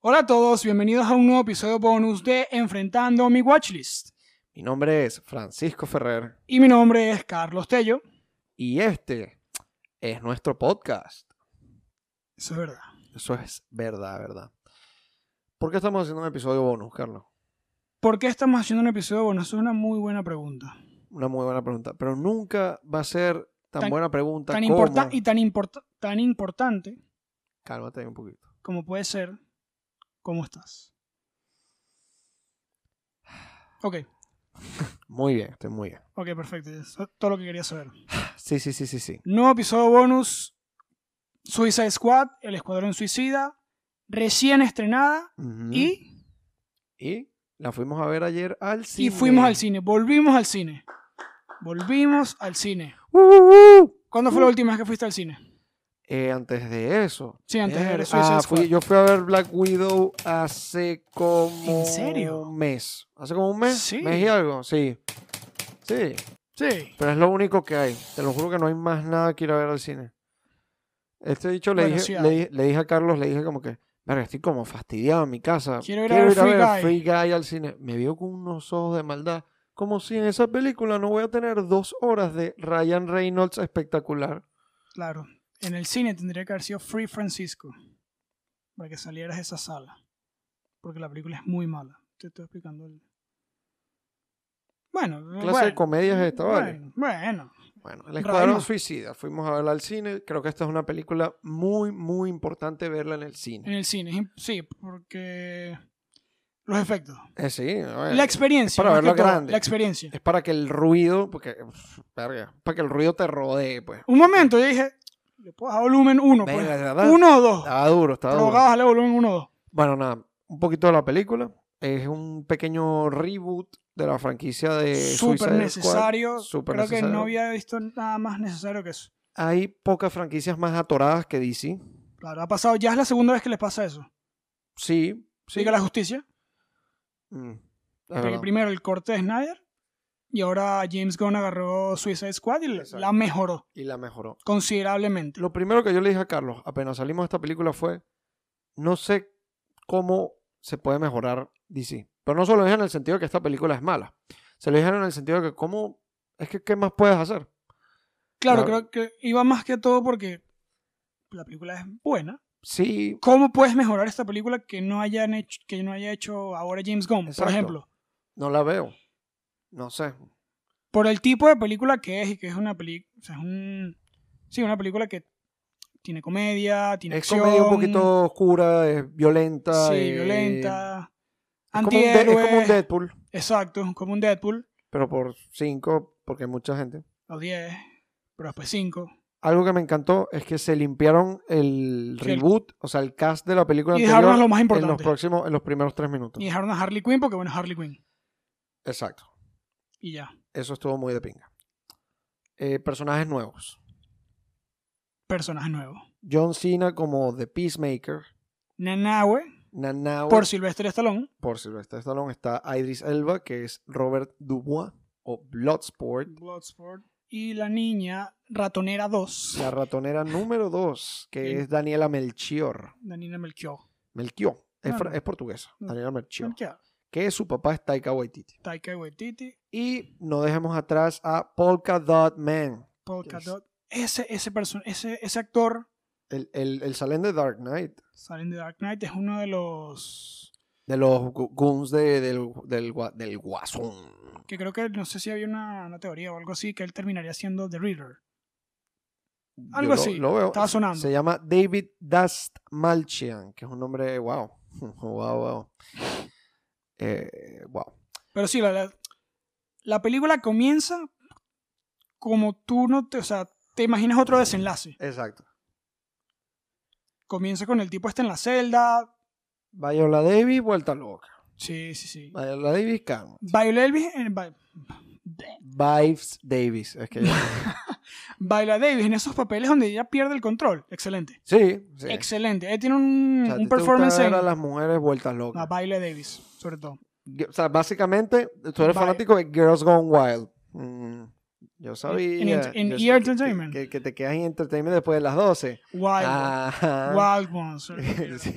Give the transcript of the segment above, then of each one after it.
Hola a todos, bienvenidos a un nuevo episodio bonus de Enfrentando mi Watchlist. Mi nombre es Francisco Ferrer Y mi nombre es Carlos Tello. y este es nuestro podcast. Eso es verdad. Eso es verdad, verdad. ¿Por qué estamos haciendo un episodio bonus, Carlos? ¿Por qué estamos haciendo un episodio bonus? Es una muy buena pregunta. Una muy buena pregunta, pero nunca va a ser tan, Tan- buena pregunta Tan como... importa- y tan, importa- tan importante Cálmate ahí un poquito. como puede ser, ¿cómo estás? Ok, Muy bien, estoy muy bien. ok, perfecto. Eso es todo lo que quería saber. Sí, sí, sí, sí, sí. Nuevo episodio bonus. Suicide Squad, El Escuadrón Suicida, recién estrenada Ujú. y, Y la fuimos a ver ayer al y cine. fuimos al cine, volvimos al cine. Volvimos al cine. Uh, uh, uh. ¿Cuándo fue la última vez que fuiste al cine? Eh, antes de eso. Sí, antes de ver Ver- Suicide ah, Squad. fui- yo fui a ver Black Widow hace como ¿En serio? un mes. ¿Hace como un mes? Sí. ¿Mes y algo? Sí. Sí. Sí. Pero es lo único que hay. Te lo juro que no hay más nada que ir a ver al cine. Este dicho le, Bueno, dije, sí le hay. dije- le dije a Carlos, le dije como que, verga, estoy como fastidiado en mi casa. Quiero ir a ver Free Guy". Free Guy al cine. Me vio con unos ojos de maldad. Como si en esa película no voy a tener dos horas de Ryan Reynolds espectacular. Claro. En el cine tendría que haber sido Free Francisco. Para que salieras de esa sala. Porque la película es muy mala. Te estoy explicando el. Bueno, clase bueno, mm, de comedia es esta, vale? Bueno, bueno. Bueno, El Escuadrón Raima. Suicida. Fuimos a verla al cine. Creo que esta es una película muy, muy importante verla en el en cine. el cine. Sí, porque. Los efectos. Eh, sí, a ver, Mm. La experiencia. para más que verlo todo, grande. La experiencia. Es para que el ruido, porque, uf, verga, para que el ruido te rodee, pues. Un momento, yo dije. Le puedo bajar volumen 1. Verga, Pues. de verdad. Uno o dos. Estaba duro, estaba duro. Provocadas al volumen 1 o 2. Bueno, nada, un poquito de la película. Es un pequeño reboot de la franquicia de Súper Suicide necesario. Squad. Súper Creo que necesario. no había visto nada más necesario que eso. Hay pocas franquicias más atoradas que DC. Claro, ha pasado. Ya es la segunda vez que les pasa eso. Sí, sí. Sigue la justicia. Mm, es porque verdad. primero el corte de Snyder. Y ahora James Gunn agarró Suicide Squad y la- Exacto. la mejoró Y la mejoró. considerablemente. Lo primero que yo le dije a Carlos, apenas salimos de esta película, fue, no sé cómo se puede mejorar DC. Pero no solo dije en el sentido de que esta película es mala. Se lo dijeron en el sentido de que cómo, es que qué más puedes hacer. Claro, Claro. creo que iba más que todo porque la película es buena. Sí, ¿Cómo puedes mejorar esta película que no hayan hecho, que no haya hecho ahora James Gunn, por Exacto. ejemplo? no la veo. No sé. Por el tipo de película que es y que es una película, es un, sí, una película que tiene comedia, tiene Es acción, comedia un poquito oscura, es violenta. sí, eh, violenta, Es como, un de- es como un antihéroe, Deadpool, exacto, como un Deadpool, pero por cinco, porque hay mucha gente. los 10, pero después 5. Algo que me encantó es que se limpiaron el Sí, el- reboot, o sea, el cast de la película Y anterior. dejaron lo más en los importante. próximos, en los primeros tres minutos. Y dejaron a Harley Quinn porque bueno, es Harley Quinn Exacto. y ya. Eso estuvo muy de pinga. Eh, personajes nuevos. Personaje nuevo. John Cena como The Peacemaker. Nanahue Nanao por Sylvester Stallone. por Sylvester Stallone. Está Idris Elba, que es Robert Dubois o Bloodsport. Bloodsport. Y la niña ratonera 2. La ratonera número 2, Sí. que es Daniela Melchior. La niña Melchior. Melchior. Es, No, fra- no. es portuguesa. No. Daniela Melchior. Mm. Melchior. Que su papá es Taika Waititi. Taika Waititi. Y no dejemos atrás a Polka Dot Man. Polka Yes. Dot. Ese, ese, perso- ese, ese actor, El, el, el salén de Dark Knight. salen de Dark Knight, es uno de los... De los gu- goons de- del, del, gua- del guasón. Que creo que, no sé si había una, una teoría o algo así, que él terminaría siendo The Reader. Yo Algo lo- así, Lo veo. estaba sonando. Se llama David Dust Malchian, que es un nombre, wow. wow, wow. Eh, wow. Pero sí, la, la, la película comienza como tú no te... O sea, te imaginas otro desenlace. Exacto. Comienza con el tipo este en la celda. Viola Davis, vuelta loca. Sí, sí, sí. Viola Davis, calma. Viola Elvis... en- Vi- Vives Davis. Es que Viola Davis en esos papeles donde ella pierde el control. Excelente. sí, sí. Excelente. Ella tiene un, O sea, a un ti te gusta performance ver en a las mujeres vueltas locas. a Viola Davis, sobre todo. Yo- O sea, básicamente, tú eres Vi- fanático de Girls Gone Wild. Mm, yo sabía. en ent- en yo E! sé que- Entertainment. Que, que te quedas en Ah. entertainment después de las 12. Wild. Ajá. Wild Ones. Sí.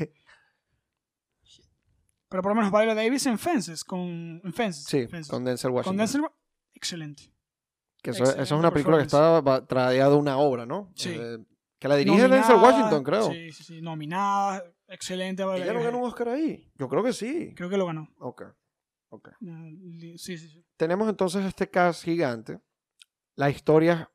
Pero por lo menos Viola Davis en Fences, con en Fences. Sí, Fences. con Denzel Con Washington. Denzel Wa- Excelente. que eso, eso es una excelente película que está ba- tradeada de una obra, ¿no? Sí. Eh, que la dirige Denzel Nominada, Washington, creo. Sí, sí, sí. Nominada, excelente. Viola ¿Ella no Davis. ganó un Oscar ahí? Yo creo que sí. Creo que lo ganó. Ok. Eh, li- Sí, sí, sí. Tenemos entonces este cast gigante. La historia,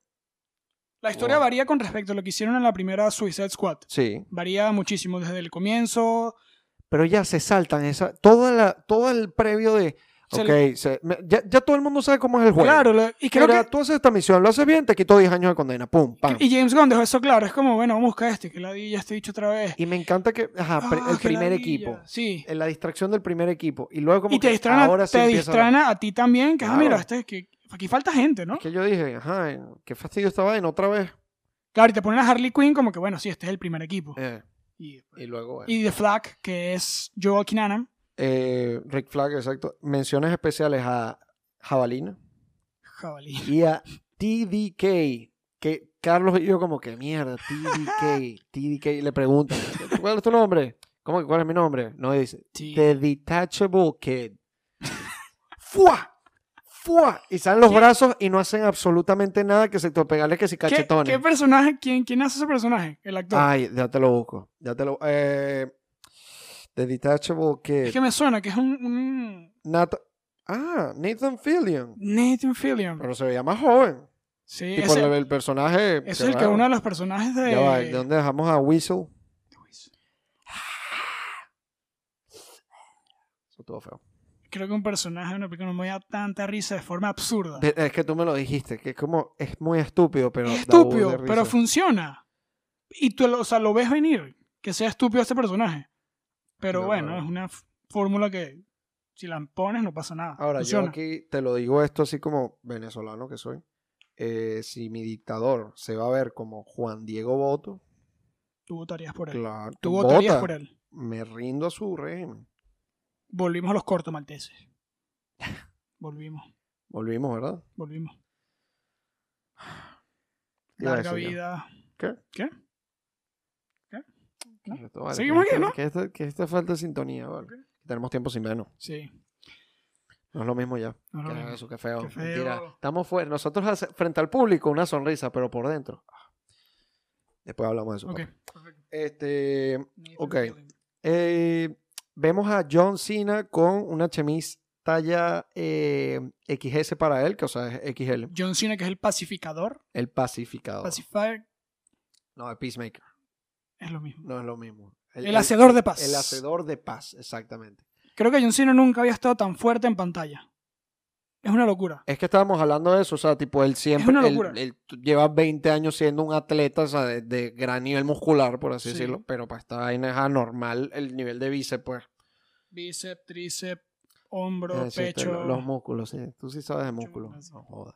La historia Wow. varía con respecto a lo que hicieron en la primera Suicide Squad. sí. Varía muchísimo desde el comienzo. Pero ya se saltan esa, toda la, todo el previo de... Se ok, le- se- me- ya, ya todo el mundo sabe cómo es el juego. Claro, lo- y creo Mira, que. tú haces esta misión, lo haces bien, te quito 10 años de condena. Pum, pam. Y James Gunn dejó eso claro. Es como, bueno, busca este, que la di ya este dicho otra vez. Y me encanta que... Ajá, pre- Ah, el qué primer ladilla. equipo. Sí. en la distracción del primer equipo. Y luego como y te que distraen, a, ahora sí te empieza la- distraen a ti también, que ah, Claro. mira, este, que aquí falta gente, ¿no? Es que yo dije, ajá, eh, qué fastidio esta vaina otra vez. Claro, y te ponen a Harley Quinn como que, bueno, sí, este es el primer equipo. Eh, Y, y luego, bueno. y The Flag, que es Joel Kinnaman, Eh, Rick Flag, exacto. Menciones especiales a Jabalina jabalí. y a TDK. Que Carlos y yo como que mierda, TDK, TDK. Le preguntan, ¿cuál es tu nombre? ¿Cómo que cuál es mi nombre? No dice, Sí. The Detachable Kid. ¡Fua! ¡Fua! Y salen los ¿Qué? brazos y no hacen absolutamente nada que se pegarle que si ¿Qué, cachetones. Ah, qué personaje? ¿Quién, ¿Quién hace ese personaje? El actor. Ay, ya te lo busco. Ya te lo. Eh, The Detachable Kid. es que me suena que es un, un Nat- ah, Nathan Fillion. Nathan Fillion. Pero se veía más joven. Sí, tipo, es el, el, el personaje. es qué el que raro. uno de los personajes de... Ya va, ¿de dónde dejamos a Whistle? Eso estuvo feo. Creo que un personaje de una película no me da tanta risa de forma absurda. De- es que tú me lo dijiste, que es como. Es muy estúpido, pero. Ah. es da burda estúpido, de risa. pero funciona. Y tú, lo- o sea, lo ves venir, que sea estúpido este personaje. Pero No, bueno, no. es una f- fórmula que si la pones no pasa nada. Ahora, yo funciona. aquí te lo digo esto así como venezolano que soy. Eh, si mi dictador se va a ver como Juan Diego Boto, Tú votarías por él. claro, Tú votarías vota. por él. me rindo a su régimen. Volvimos a los cortos malteses. Volvimos, Volvimos, ¿verdad? volvimos. Iba a Larga decir yo. vida. ¿Qué? ¿Qué? ¿No? Esto, vale, Seguimos que aquí, esta- ¿no? Que esta, que esta falta de sintonía, ¿vale? Tenemos tiempo sin menos. Sí. No es lo mismo ya. no lo Qué vimos. eso, qué feo. Qué feo. Mentira. Estamos fuera. Nosotros hace- frente al público una sonrisa, pero por dentro. ah. Después hablamos de eso. Ok. papá. Este, Nathan Ok. Fillion. eh, vemos a John Cena con una chemise talla eh, XS para él, que o sea es XL. John Cena, que es el pacificador. El pacificador. Pacifier no, el peacemaker. es lo mismo. No es lo mismo. El, hacedor de paz. El hacedor de paz, exactamente. Creo que John Cena nunca había estado tan fuerte en pantalla. Es una locura. Es que estábamos hablando de eso, o sea, tipo, él siempre una él- locura. él t- lleva 20 años siendo un atleta, o sea, de, de gran nivel muscular, por así Sí. decirlo, pero para esta vaina es anormal el nivel de bíceps, pues. Bíceps, tríceps, hombro, Eh, sí, este, pecho. lo- los músculos, sí, tú sí sabes de músculos. gracias. No joda.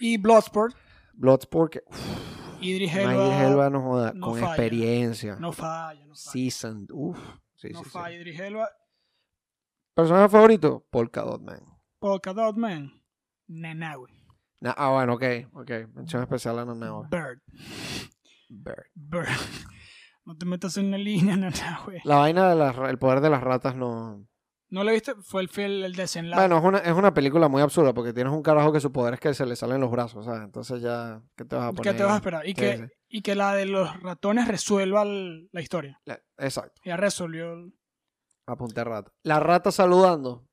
Y Bloodsport. Bloodsport, que, uf, Idris Elba. Idris Elba, no joda, no con falla. experiencia, No falla, no falla. seasoned, uff, sí, no sí, sí. falla Idris Elba. ¿Personaje favorito? Polka Dot Man. Polka Dot Man. Nanawe. Na- ah, bueno, ok, ok, mención especial a Nanawa. Bird. Bird. Bird. No te metas en la línea, Nanawe. La vaina del poder de las ratas no... ¿No lo viste? Fue el, fiel- el desenlace. Bueno, es una, es una película muy absurda porque tienes un carajo que su poder es que se le salen los brazos, ¿sabes? Entonces ya, ¿qué te vas a poner? ¿Qué te vas a ahí? esperar? Y, Sí, que, sí. y que la de los ratones resuelva el- la historia. La- Exacto, Ya resolvió. el- apunté rata. La rata saludando,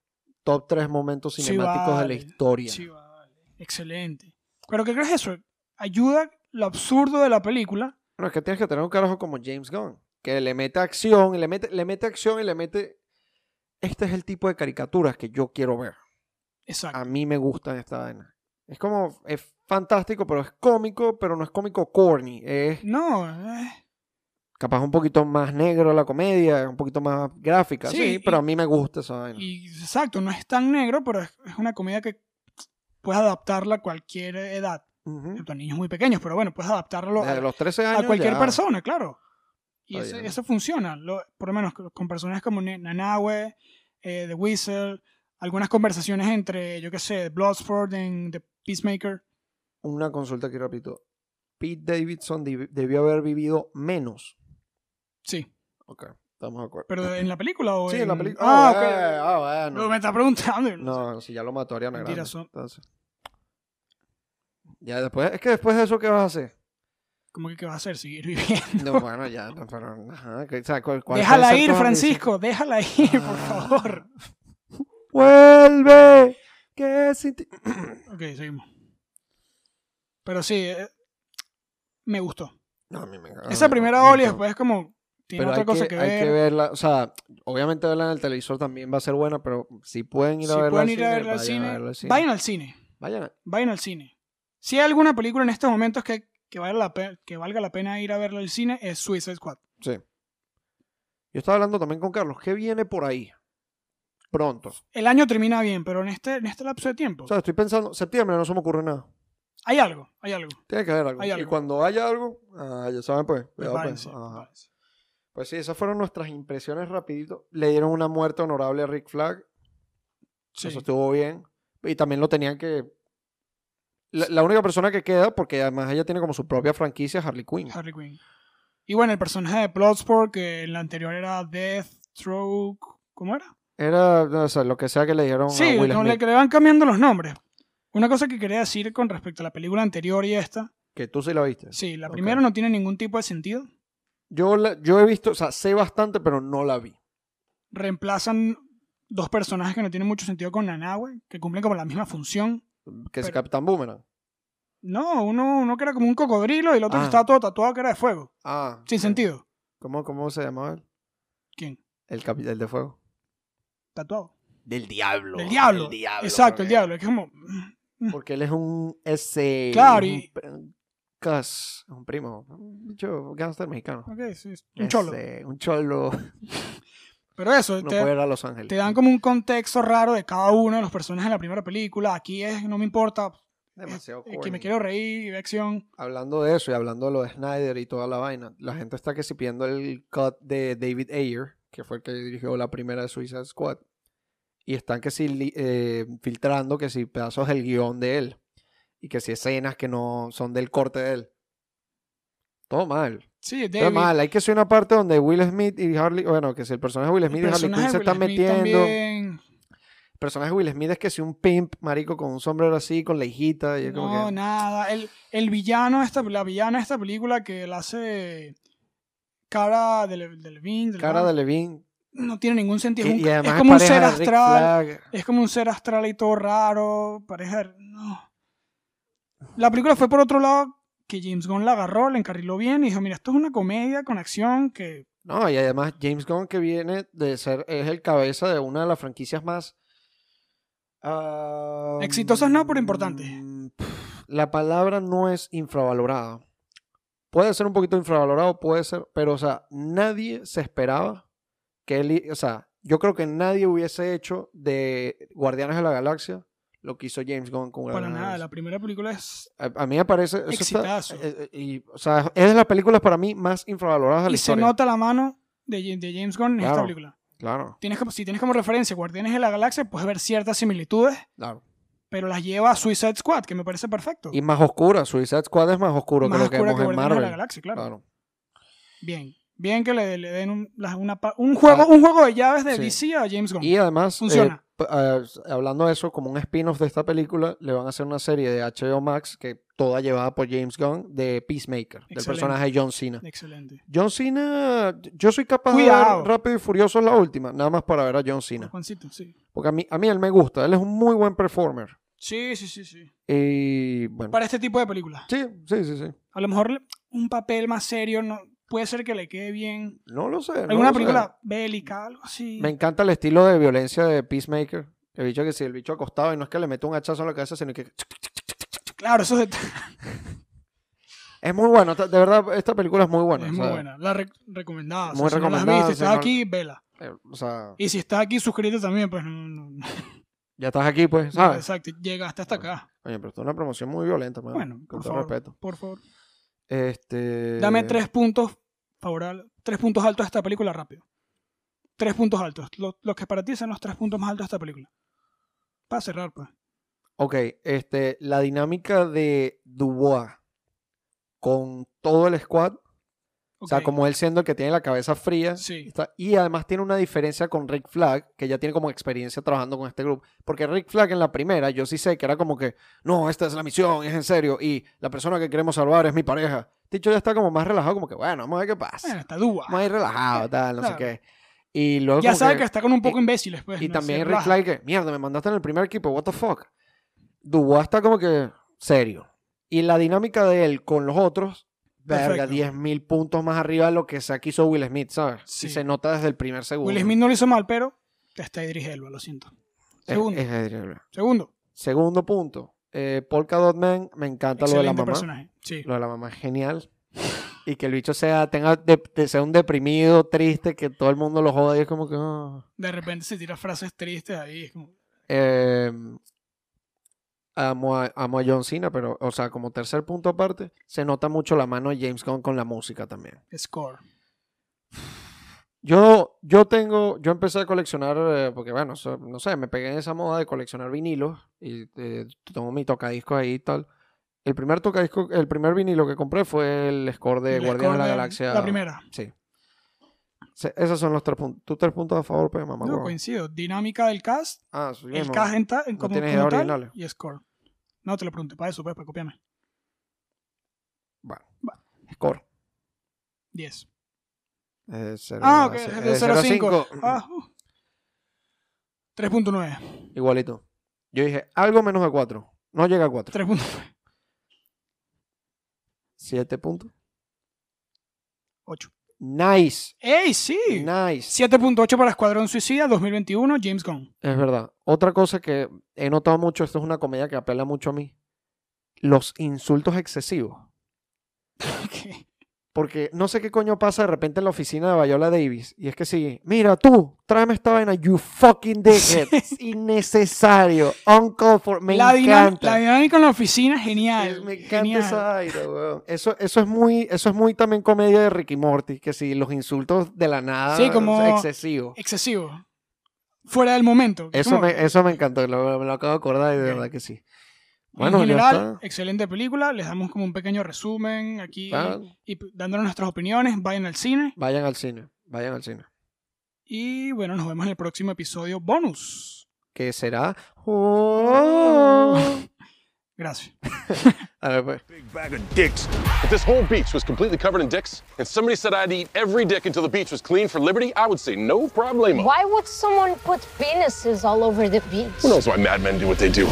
top 3 momentos Sí, cinemáticos de la vale. historia. Sí, vale. Excelente. ¿Pero qué crees eso? Ayuda lo absurdo de la película. Bueno, es que tienes que tener un carajo como James Gunn, que le mete acción, y le mete, le mete acción y le mete... Este es el tipo de caricaturas que yo quiero ver. Exacto. A mí me gustan esta vaina. Es como, es fantástico, pero es cómico, pero no es cómico corny. Es No, Ah. eh, capaz un poquito más negro la comedia, un poquito más gráfica, sí, Sí, y- pero a mí me gusta esa vaina. y exacto, no es tan negro, pero es, es una comedia que puedes adaptarla a cualquier edad. Ujú. Excepto a niños muy pequeños, pero bueno, puedes adaptarlo Desde a, los 13 a años. cualquier ya. persona, claro. Y Está eso, bien. eso funciona, lo- por lo menos con con personajes como Ne- Nanahue, eh, The Whistle, algunas conversaciones entre, yo qué sé, Bloodsport en The Peacemaker. Una consulta aquí repito. Pete Davidson deb- debió haber vivido menos. Sí, Ok. Estamos de acuerdo. ¿Pero en la película o sí, en la oh, película. Ah, ok. Ah, Lo que bueno. me está preguntando. No, si ya lo mató Ariana Mentira, Grande. son- Entonces. Ya después, es que después de eso, ¿qué vas a hacer? ¿Cómo que qué vas a hacer? ¿Seguir viviendo? No, bueno, ya, no, pero, ajá, que- o sea, ¿cuál- cuál Déjala concepto ir, vas a Francisco, déjala ir, por Ah. favor. decir? ¡Vuelve! Que sin ti- Ok, seguimos. Pero sí, eh, me gustó. No, a mí me encanta. Esa primera Me ola y encanta. después es como... Tiene Ah, Pero otra hay cosa que, que, hay ver. que verla, o sea, obviamente verla en el televisor también va a ser buena, pero si pueden ir a si verla pueden al ir cine, a verla al vayan cine, verla al cine. vayan al cine. Vayan a- Vayan al cine. Si hay alguna película en estos momentos que, que, valga la pe- que valga la pena ir a verla al cine, es Suicide Squad. Sí. Yo estaba hablando también con Carlos, ¿qué viene por ahí? Pronto. El año termina bien, pero en este, en este lapso de tiempo O sea, estoy pensando, septiembre no se me ocurre nada. hay algo, hay algo. Tiene que haber algo. Hay Y algo. cuando haya algo, ah, ya saben pues. cuidado, pues. Prepárense, Ajá. prepárense. Pues sí, esas fueron nuestras impresiones rapidito. Le dieron una muerte honorable a Rick Flag. Sí. Eso estuvo bien. Y también lo tenían que. La, la única persona que queda, porque además ella tiene como su propia franquicia, Harley Quinn. Harley Quinn. Y bueno, el personaje de Bloodsport, que en la anterior era Deathstroke. ¿Cómo era? Era no sé, lo que sea que le dieron Sí, a Will no, Smith. le, que le van cambiando los nombres. Una cosa que quería decir con respecto a la película anterior y esta. Que tú sí la viste. Sí, la Ok. primera no tiene ningún tipo de sentido. Yo, la- yo he visto, o sea, sé bastante, pero no la vi. Reemplazan dos personajes que no tienen mucho sentido con Nanahue, que cumplen como la misma función. Que es Pero- Capitán Boomerang. No, uno, uno que era como un cocodrilo y el otro Ah. que estaba todo tatuado que era de fuego. Ah. Sin ok. sentido. ¿Cómo, cómo se llamaba él? ¿Quién? El, capi- el de fuego. Tatuado. Del diablo. Del diablo. Exacto, el diablo. Es como. mm, Porque él es un S. Claro, es un y- pr- un Cas, un primo. Un bicho gangster mexicano. Ok, sí, es un cholo. Ese, un cholo. Pero eso, No te, puede ir a Los Ángeles. te dan como un contexto raro de cada uno de los personajes de la primera película. Aquí es, no me importa, Demasiado eh, que corny. me quiero reír, de acción. Hablando de eso y hablando de lo de Snyder y toda la vaina, la gente está que si pidiendo el cut de David Ayer, que fue el que dirigió la primera de Suicide Squad, y están que si li- eh, filtrando que si pedazos del guión de él, y que si escenas que no son del corte de él. Todo mal. Sí, Todo David. mal. Hay que ser una parte donde Will Smith y Harley, bueno, que si el personaje de Will el Smith y Harley personaje Quinn se de están Will Smith metiendo. también. El personaje de Will Smith es que si un pimp, marico, con un sombrero así, con la hijita, y es como No, que... nada. El, el villano, de esta, la villana de esta película que la hace. Cara del, del Vin, del Cara Van, de Levin. No tiene ningún sentido. Y, es, un- y además es como un pareja ser de Rick astral. Flag. Es como un ser astral y todo raro. Pareja. No. La película fue por otro lado que James Gunn la agarró, la encarriló bien y dijo: Mira, esto es una comedia con acción que. No, y además James Gunn que viene de ser, es el cabeza de una de las franquicias más... ah, Exitosas no, pero importantes. mm, pf, La palabra no es infravalorada. Puede ser un poquito infravalorado, puede ser, pero o sea, nadie se esperaba que él, i- o sea, yo creo que nadie hubiese hecho de Guardianes de la Galaxia lo que hizo James Gunn con Para Guardianes de la nada. Galaxia. La primera película es. A, a mí me parece. eso está- Exitazo. eh, eh, y, o sea, es de las películas para mí más infravaloradas de la Y se historia. nota la mano de, Ja- de James Gunn en esta Claro. película. Claro, Tienes como, si tienes como referencia Guardianes de la Galaxia, puedes ver ciertas similitudes, claro. pero las lleva a Suicide Squad, que me parece perfecto. Y más oscura. Suicide Squad es más oscuro Más que lo que oscura vemos en Guardianes de la Marvel. Ah. Galaxia, claro. Claro. Bien. Bien que le, le den un, la- una pa- un, juego, un juego de llaves de Ah. Sí. DC a James Gunn. Y además, eh, Funciona. p- eh, hablando de eso, como un spin-off de esta película, le van a hacer una serie de HBO Max que toda llevada por James Gunn de Peacemaker, del Excelente. personaje John Cena. Excelente. John Cena, yo soy capaz de Cuidado. ver Rápido y Furioso la última, nada más para ver a John Cena. Juancito, sí. Porque a mí, a mí él me gusta, él es un muy buen performer. Sí, sí, sí, sí. Y bueno. Para este tipo de películas. Sí, sí, sí, sí. A lo mejor le- un papel más serio no, puede ser que le quede bien. No lo sé. no Alguna lo sé. película bélica, algo así. Me encanta el estilo de violencia de Peacemaker. El bicho que si el bicho acostado y no es que le mete un hachazo en la cabeza, sino que Claro, eso es, es muy bueno. ta- De verdad, esta película es muy buena. es o muy sea, buena. La re- recomendada. Muy o sea, si no la has recomendada, visto, si estás no- aquí, vela. eh, o sea, Y si estás aquí, suscríbete también, pues no, no- no. ya estás aquí, pues, ¿sabes? Exacto, llegaste hasta acá. Oye, pero esto es una promoción muy violenta, man, Bueno, Ah, con por todo favor, respeto. por favor. Este... Dame tres puntos favorables, tres puntos altos a esta película rápido. Tres puntos altos. Lo- los que para ti son los tres puntos más altos de esta película. Para cerrar, pues. Ok, este, la dinámica de Dubois con todo el squad Ok, O sea, Ok. como él siendo el que tiene la cabeza fría. Sí. está- y además tiene una diferencia con Rick Flag, que ya tiene como experiencia trabajando con este grupo. Porque Rick Flag en la primera, yo sí sé que era como que, no, esta es la misión, es en serio, y la persona que queremos salvar es mi pareja. Ticho ya está como más relajado, como que, bueno, vamos a ver qué pasa. Bueno, está dúa. Vamos a ir relajado, tal, no sé Claro. qué. Y luego. Ya como sabe que- que está con un poco y- imbéciles, pues. y ¿no? también Se Rick raja. Flag que, mierda, me mandaste en el primer equipo, what the fuck. Dubois está como que serio. Y la dinámica de él con los otros, verga, Perfecto. 10.000 puntos más arriba de lo que se quiso Will Smith, ¿sabes? Sí. Y se nota desde el primer segundo. Will Smith no lo hizo mal, pero está Idris Elba, lo siento. Es- Segundo. es Idris Elba. Segundo. Segundo punto. Eh, Polka Dot Man, me encanta lo de la Excelente mamá. personaje. Sí. Lo de la mamá es genial. Y que el bicho sea, tenga de- de- sea un deprimido, triste, que todo el mundo lo joda y es como que... "Ah". De repente se tira frases tristes ahí. es como- Eh, amo, a, amo a John Cena, pero, o sea, como tercer punto aparte, se nota mucho la mano de James Gunn con la música también. Score. Yo, yo tengo, yo empecé a coleccionar, eh, porque bueno, so- no sé, me pegué en esa moda de coleccionar vinilos y eh, tengo mi tocadiscos ahí y tal. El primer tocadisco, el primer vinilo que compré fue el score de El Guardián de score la Galaxia. La primera. Sí. Se- esos son los tres puntos. ¿Tú tres puntos a favor, pues, mamá? No, huevo? coincido. Dinámica del cast. ah, sí El mismo. cast en, ta- en como, tienes como ideas tal originales. y score. No te lo pregunté para eso, pues, para copiarme. Bueno, Va. score. 10. Eh, cero- Ah, ok. ce- Es eh, de 0.5. Ah, uh. 3.9. Igualito. Yo dije, algo menos de 4. No llega a 4. 3.9. 7 puntos. 8. Nice. ¡Ey, sí! Nice. 7.8 para Escuadrón Suicida 2021, James Gunn. Es verdad. Otra cosa que he notado mucho, esto es una comedia que apela mucho a mí. Los insultos excesivos. Ok. Porque no sé qué coño pasa de repente en la oficina de Viola Davis. Y es que sigue, mira tú, tráeme esta vaina, you fucking dickhead. Es Innecesario. Uncle for. Me la, dinam- encanta. la dinámica en la oficina, genial. Es- me encanta genial. esa aire, weón. Eso, eso, es muy, eso es muy también comedia de Ricky Morty, que si los insultos de la nada Sí, como- o sea, excesivos. Excesivo. Fuera del momento. Eso Como- me, eso me encantó, lo- me lo acabo de acordar y de Ok. verdad que sí. Bueno, en ya general, está. excelente película. Les damos como un pequeño resumen aquí Ah, y dándonos nuestras opiniones. Vayan al cine. Vayan al cine, vayan al cine. Y bueno, nos vemos en el próximo episodio bonus. ¿Qué será? Oh. Gracias. A ver, pues. Big bag of dicks. If this whole beach was completely covered in dicks, and somebody said I'd eat every dick until the beach was clean for liberty, I would say no problemo. Why would someone put penises all over the beach? Who knows why madmen do what they do?